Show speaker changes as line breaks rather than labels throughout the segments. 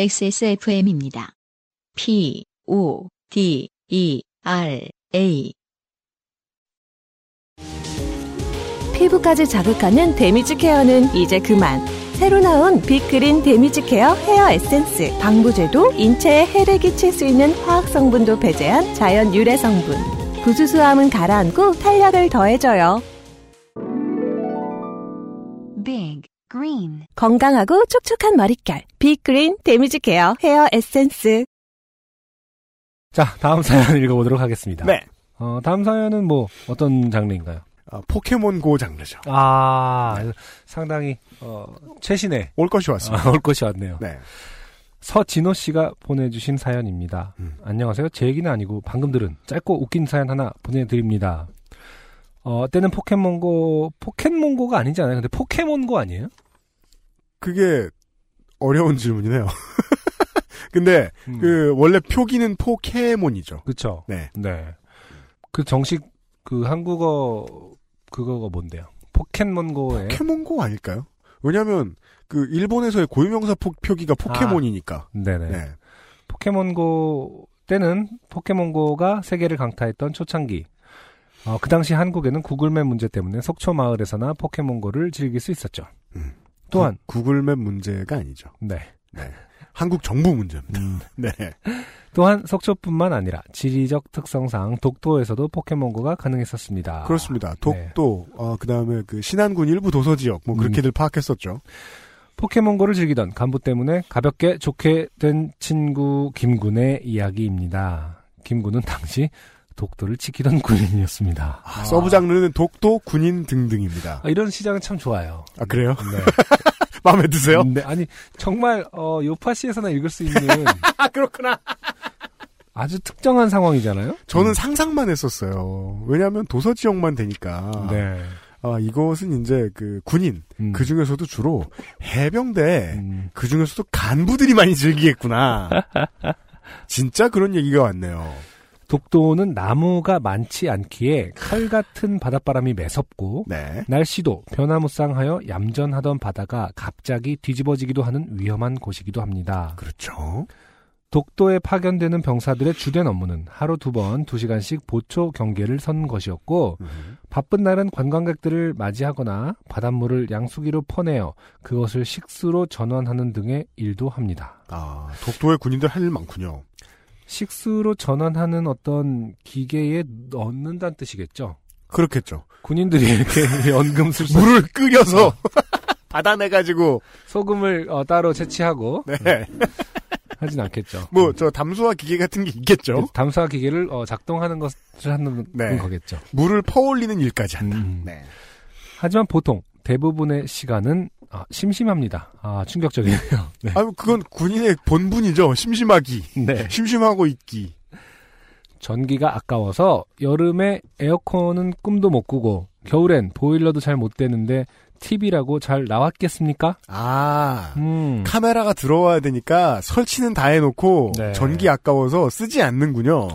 XSFM입니다. P, O, D, E, R, A.
피부까지 자극하는 데미지 케어는 이제 그만. 새로 나온 빅그린 데미지 케어 헤어 에센스. 방부제도 인체에 해를 끼칠 수 있는 화학 성분도 배제한 자연 유래 성분. 부수수함은 가라앉고 탄력을 더해줘요.
Big Green
건강하고 촉촉한 머릿결. 빅그린 데미지 케어 헤어 에센스.
자, 다음 사연 읽어보도록 하겠습니다.
네.
어, 다음 사연은 뭐, 어떤 장르인가요?
어, 포켓몬고 장르죠.
아, 상당히, 어, 최신의
올 것이 왔습니다.
아, 올 것이 왔네요.
네.
서진호 씨가 보내주신 사연입니다.
음.
안녕하세요. 제 얘기는 아니고 방금 들은 짧고 웃긴 사연 하나 보내드립니다. 어, 때는 포켓몬고, 포켓몬고가 아니잖아요. 근데 포켓몬고 아니에요?
그게 어려운 질문이네요. 근데
음.
그 원래 표기는 포켓몬이죠.
그쵸.
네.
네. 그 정식, 그 한국어, 그거가 뭔데요? 포켓몬고의.
포켓몬고 아닐까요? 왜냐하면 그 일본에서의 고유명사 포- 표기가 포켓몬이니까.
아. 네네.
네.
포켓몬고 때는 포켓몬고가 세계를 강타했던 초창기. 어, 그 당시 한국에는 구글맵 문제 때문에 속초 마을에서나 포켓몬고를 즐길 수 있었죠.
음.
또한
구, 글맵 문제가 아니죠.
네.
한국 정부 문제입니다.
음.
네.
또한 속초뿐만 아니라 지리적 특성상 독도에서도 포켓몬고가 가능했었습니다.
그렇습니다. 독도,
네.
어, 그 다음에 그 신안군 일부 도서 지역,
음.
뭐 그렇게들 파악했었죠.
포켓몬고를 즐기던 간부 때문에 가볍게 좋게 된 친구 김군의 이야기입니다. 김군은 당시 독도를 지키던 군인이었습니다.
아, 서브 장르는 독도, 군인 등등입니다.
아, 이런 시장은 참 좋아요.
아, 그래요?
네.
마음에 드세요?
네, 아니 정말 어, 요파 씨에서나 읽을 수 있는
아, 그렇구나.
아주 특정한 상황이잖아요. 음.
저는 상상만 했었어요. 왜냐하면 도서 지역만 되니까.
네.
아, 이것은 이제 그 군인,
음.
그 중에서도 주로 해병대,
음.
그 중에서도 간부들이 많이 즐기겠구나. 진짜 그런 얘기가 왔네요.
독도는 나무가 많지 않기에 칼 같은 바닷바람이 매섭고
네.
날씨도 변화무쌍하여 얌전하던 바다가 갑자기 뒤집어지기도 하는 위험한 곳이기도 합니다.
그렇죠.
독도에 파견되는 병사들의 주된 업무는 하루 두 번 두시간씩 보초 경계를 선 것이었고
음.
바쁜 날은 관광객들을 맞이하거나 바닷물을 양수기로 퍼내어 그것을 식수로 전환하는 등의 일도 합니다.
아, 독도의 군인들 할 일 많군요.
식수로 전환하는 어떤 기계에 넣는다는 뜻이겠죠.
그렇겠죠.
군인들이 이렇게 연금술 어.
물을 끓여서 받아내가지고,
소금을 어, 따로 채취하고
네.
음. 하진 않겠죠. 음.
뭐, 저 담수화 기계 같은 게 있겠죠.
담사 기계를 어, 작동하는 것을 하는
네.
거겠죠.
물을 퍼올리는 일까지 한다.
음.
네.
하지만 보통 대부분의 시간은 아, 심심합니다. 아 충격적이네요. 네.
아, 그건 군인의 본분이죠. 심심하기.
네.
심심하고 있기.
전기가 아까워서 여름에 에어컨은 꿈도 못 꾸고 겨울엔 보일러도 잘 못 되는데 TV라고 잘 나왔겠습니까?
아.
음.
카메라가 들어와야 되니까 설치는 다 해놓고
네. 아.
전기 아까워서 쓰지 않는군요.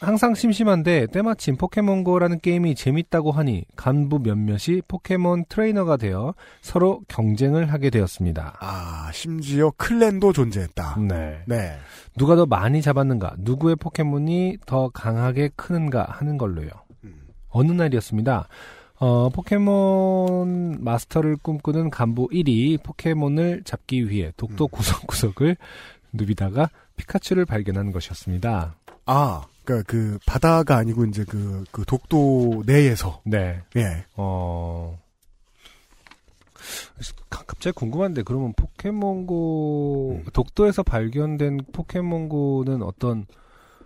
항상 심심한데 때마침 포켓몬고라는 게임이 재밌다고 하니 간부 몇몇이 포켓몬 트레이너가 되어 서로 경쟁을 하게 되었습니다.
아 심지어 클랜도 존재했다.
네.
네.
누가 더 많이 잡았는가, 누구의 포켓몬이 더 강하게 크는가 하는 걸로요. 어느 날이었습니다. 어, 포켓몬 마스터를 꿈꾸는 간부 1이 포켓몬을 잡기 위해 독도 구석구석을 누비다가 피카츄를 발견한 것이었습니다.
아 그러니까 그 바다가 아니고 이제 그, 그 독도 내에서
네.
예.
어. 가- 갑자기 궁금한데 그러면 포켓몬고 독도에서 발견된 포켓몬고는 어떤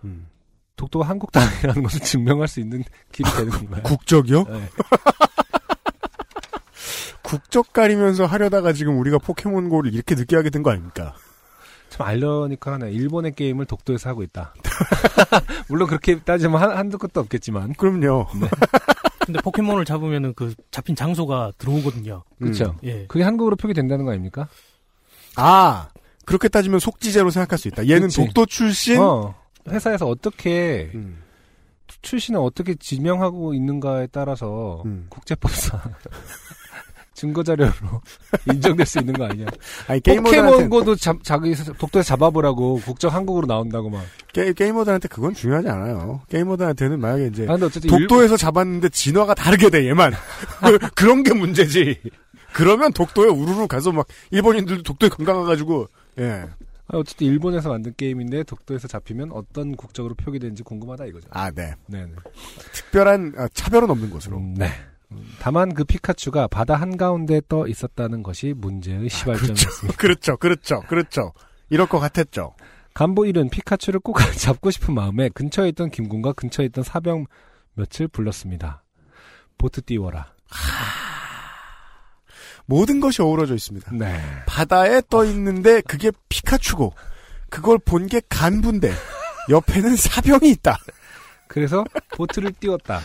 음.
독도가 한국 땅이라는 것을 증명할 수 있는 길이 되는 건가요?
국적이요?
네.
국적 가리면서 하려다가 지금 우리가 포켓몬고를 이렇게 늦게 하게 된 거 아닙니까?
참 알려니까 하네. 일본의 게임을 독도에서 하고 있다. 물론 그렇게 따지면 한, 한두 끝도
음.
없겠지만.
그럼요.
네.
근데 포켓몬을 잡으면은 그 잡힌 장소가 들어오거든요.
그렇죠.
예.
그게 한국으로 표기된다는 거 아닙니까?
음. 아 그렇게 따지면 속지제로 생각할 수 있다. 얘는
그치.
독도 출신.
어. 회사에서 어떻게
음.
출신을 어떻게 지명하고 있는가에 따라서
음.
국제법상 증거자료로 인정될 수 있는 거 아니야?
아니 게이머들한테
포켓몬고도 잡- 자기 스- 독도에서 잡아보라고 국적 한국으로 나온다고 막.
게, 게이머들한테 그건 중요하지 않아요. 게이머들한테는 만약에 이제
아, 근데 어쨌든
네. 독도에서 잡았는데 진화가 다르게 돼 얘만 그- 그런 게 문제지. 그러면 독도에 우르르 가서 막 일본인들도 독도에 건강해가지고 예.
아, 어쨌든 일본에서 만든 게임인데 독도에서 잡히면 어떤 국적으로 표기되는지 궁금하다 이거죠.
아, 네.
네네.
특별한 아, 차별은 없는 것으로.
네. 음, 다만 그 피카츄가 바다 한가운데 떠 있었다는 것이 문제의 시발점이었습니다.
아, 그렇죠, 그렇죠, 그렇죠. 이럴 것 같았죠.
간보 일은 피카츄를 꼭 잡고 싶은 마음에 근처에 있던 김군과 근처에 있던 사병 몇을 불렀습니다. 보트 띄워라.
모든 것이 어우러져 있습니다.
네.
바다에
아.
떠 있는데 그게 피카츄고 그걸 본 게 간부인데 옆에는 사병이 있다.
그래서 보트를 띄웠다.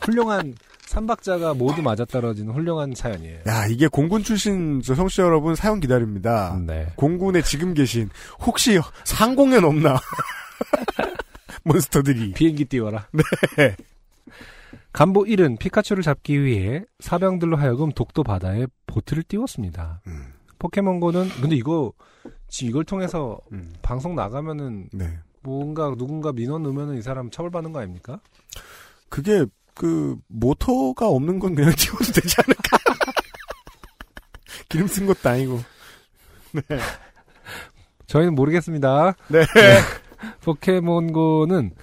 훌륭한 삼박자가 모두 맞아떨어지는 훌륭한 사연이에요.
야 이게 공군 출신 저 성취자 여러분 사연 기다립니다.
네.
공군에 지금 계신 혹시 상공연 없나 몬스터들이
비행기 띄워라. 네. 간보 1은 피카츄를 잡기 위해 사병들로 하여금 독도 바다에 보트를 띄웠습니다.
음.
포켓몬고는 근데 이거 지- 이걸 통해서
음.
방송 나가면은
네
뭔가 누군가 민원 넣으면은 이 사람 처벌받는 거 아닙니까?
그게 그 모터가 없는 건 그냥 띄워도 되지 않을까 기름 쓴 것도 아니고
저희는 모르겠습니다.
네.
포켓몬고는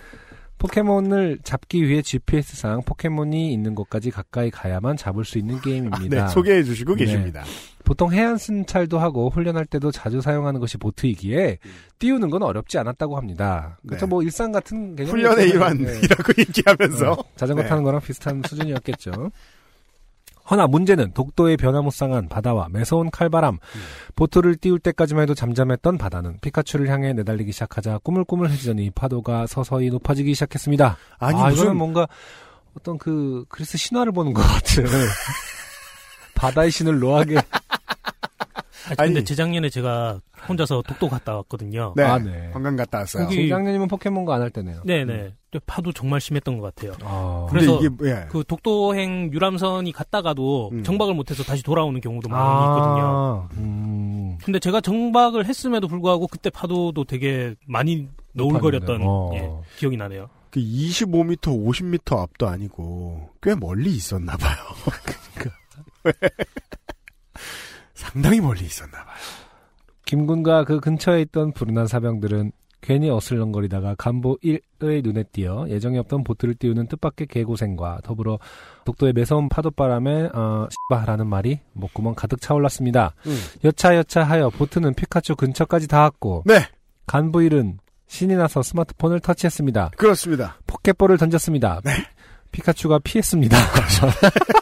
포켓몬을 잡기 위해 GPS상 포켓몬이 있는 곳까지 가까이 가야만 잡을 수 있는 게임입니다.
네, 소개해 주시고
네.
계십니다.
보통 해안 순찰도 하고 훈련할 때도 자주 사용하는 것이 보트이기에 띄우는 건 어렵지 않았다고 합니다. 그렇죠.
음. 네.
뭐 일상 같은 개념
훈련의
네.
일환이라고 얘기하면서
어, 자전거
네.
타는 거랑 비슷한 수준이었겠죠. 허나 문제는 독도의 변화무쌍한 바다와 매서운 칼바람,
음.
보트를 띄울 때까지만 해도 잠잠했던 바다는 피카츄를 향해 내달리기 시작하자 꾸물꾸물해지더니 파도가 서서히 높아지기 시작했습니다.
아니
아,
무슨
이거는 뭔가 어떤 그 그리스 신화를 보는 것 같은 바다의 신을 노하게
아니, 근데
아니.
재작년에 제가 혼자서 독도 갔다 왔거든요.
네.
아, 네.
관광 갔다 왔어요.
거기-
작년이면 포켓몬고 안 할 때네요.
네, 네. 파도 정말 심했던 것 같아요.
아,
근데
그래서
이게 예.
그 독도행 유람선이 갔다가도
음.
정박을 못해서 다시 돌아오는 경우도 많이 있거든요.
아, 음,
근데 제가 정박을 했음에도 불구하고 그때 파도도 되게 많이 너울거렸던
어.
예, 기억이 나네요.
그 25m, 50m 앞도 아니고 꽤 멀리 있었나 봐요. 그러니까. 상당히 멀리 있었나 봐요.
김군과 그 근처에 있던 불운한 사병들은 괜히 어슬렁거리다가 간보 1의 눈에 띄어 예정이 없던 보트를 띄우는 뜻밖의 개고생과 더불어 독도의 매서운 파도바람에 어, 씨바라는 말이 목구멍 가득 차올랐습니다. 여차여차 하여 보트는 피카츄 근처까지 닿았고
네,
간보 1은 신이 나서 스마트폰을 터치했습니다.
그렇습니다.
포켓볼을 던졌습니다. 피, 카츄가 피했습니다.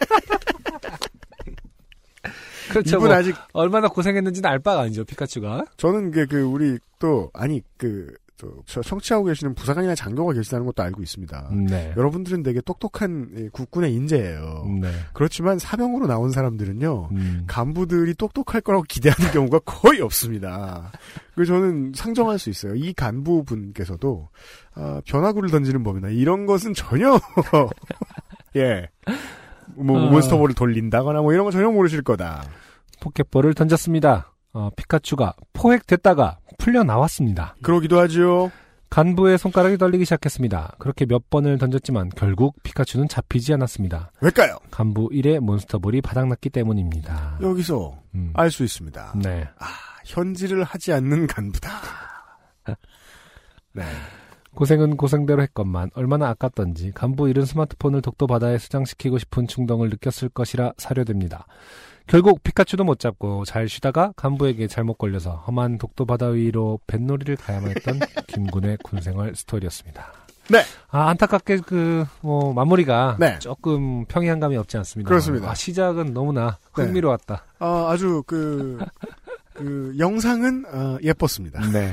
그렇죠.
이분
뭐
아직
얼마나 고생했는지는 알 바가 아니죠, 피카츄가.
저는 그게 그 우리 또 아니 그 저- 저 청취하고 계시는 부사관이나 장교가 계시다는 것도 알고 있습니다.
네.
여러분들은 되게 똑똑한 예, 국군의 인재예요.
네.
그렇지만 사병으로 나온 사람들은요.
음.
간부들이 똑똑할 거라고 기대하는 경우가 거의 없습니다. 그래서 저는 상정할 수 있어요. 이 간부분께서도 아, 변화구를 던지는 법이나 이런 것은 전혀 예. 뭐
아.
몬스터볼을 돌린다거나 뭐 이런 거 전혀 모르실 거다.
포켓볼을 던졌습니다. 어, 피카츄가 포획됐다가 풀려 나왔습니다.
그러기도 하지요.
간부의 손가락이 떨리기 시작했습니다. 그렇게 몇 번을 던졌지만 결국 피카츄는 잡히지 않았습니다.
왜일까요?
간부 1의 몬스터볼이 바닥났기 때문입니다.
여기서
음.
알 수 있습니다.
네.
현질을 하지 않는 간부다. 네.
고생은 고생대로 했건만 얼마나 아깝던지 간부 잃은 스마트폰을 독도 바다에 수장시키고 싶은 충동을 느꼈을 것이라 사려됩니다. 결국 피카츄도 못 잡고 잘 쉬다가 간부에게 잘못 걸려서 험한 독도 바다 위로 뱃놀이를 가야만 했던 김군의 군생활 스토리였습니다.
네.
아 안타깝게 그 뭐 마무리가
네.
조금 평이한 감이 없지 않습니다.
그렇습니다. 네.
아, 시작은 너무나 흥미로웠다.
아, 아주 그, 그 영상은 아, 예뻤습니다.
네.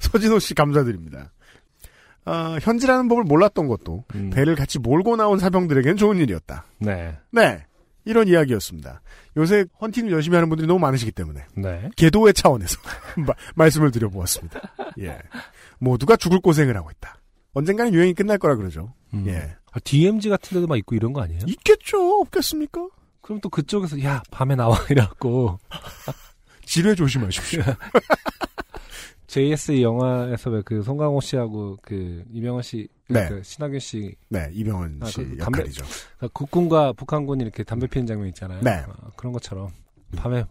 서진호 씨 감사드립니다. 아, 현지라는 법을 몰랐던 것도
음,
배를 같이 몰고 나온 사병들에겐 좋은 일이었다.
네.
네. 이런 이야기였습니다. 요새 헌팅을 열심히 하는 분들이 너무 많으시기 때문에
네.
계도의 차원에서 마- 말씀을 드려보았습니다. 예. 모두가 죽을 고생을 하고 있다. 언젠가는 유행이 끝날 거라 그러죠.
음.
예.
아, DMZ 같은 데도 막 있고 이런 거 아니에요?
있겠죠. 없겠습니까?
그럼 또 그쪽에서 야 밤에 나와 이래갖고
지뢰 조심하십시오.
JS 영화에서 왜 그 송강호 씨하고 그 이병헌 씨,
네.
그 신하균 씨
네, 이병헌
아,
씨
그 담배-
역할이죠.
그러니까 국군과 북한군이 이렇게 담배 피는 장면 있잖아요.
네.
어, 그런 것처럼 밤에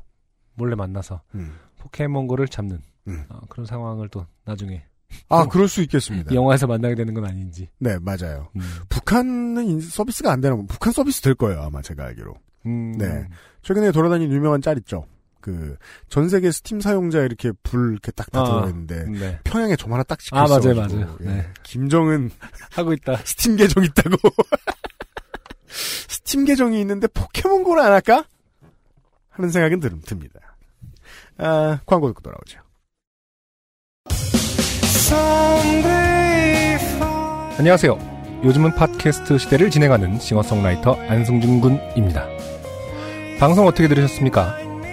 몰래 만나서
음.
포켓몬고를 잡는
음.
어, 그런 상황을 또 나중에
아, 그럴 수 있겠습니다.
어. 영화에서 만나게 되는 건 아닌지.
네, 맞아요.
음.
북한은 인- 서비스가 안 되는 건 북한 서비스 될 거예요, 아마 제가 알기로.
음,
네. 최근에 돌아다니는 유명한 짤 있죠. 그, 전 세계 스팀 사용자 이렇게 불 이렇게 딱다
아.
들어있는데,
네.
평양에 점 하나 딱 찍혀
아, 맞아요,
있어가지고. 예.
맞아요. 네.
김정은
하고 있다.
스팀 계정 있다고. 스팀 계정이 있는데 포켓몬고를 안 할까? 하는 생각은 들, 듭니다. 아, 광고 듣고 돌아오죠.
안녕하세요. 요즘은 팟캐스트 시대를 진행하는 싱어송라이터 안승준 군입니다. 방송 어떻게 들으셨습니까?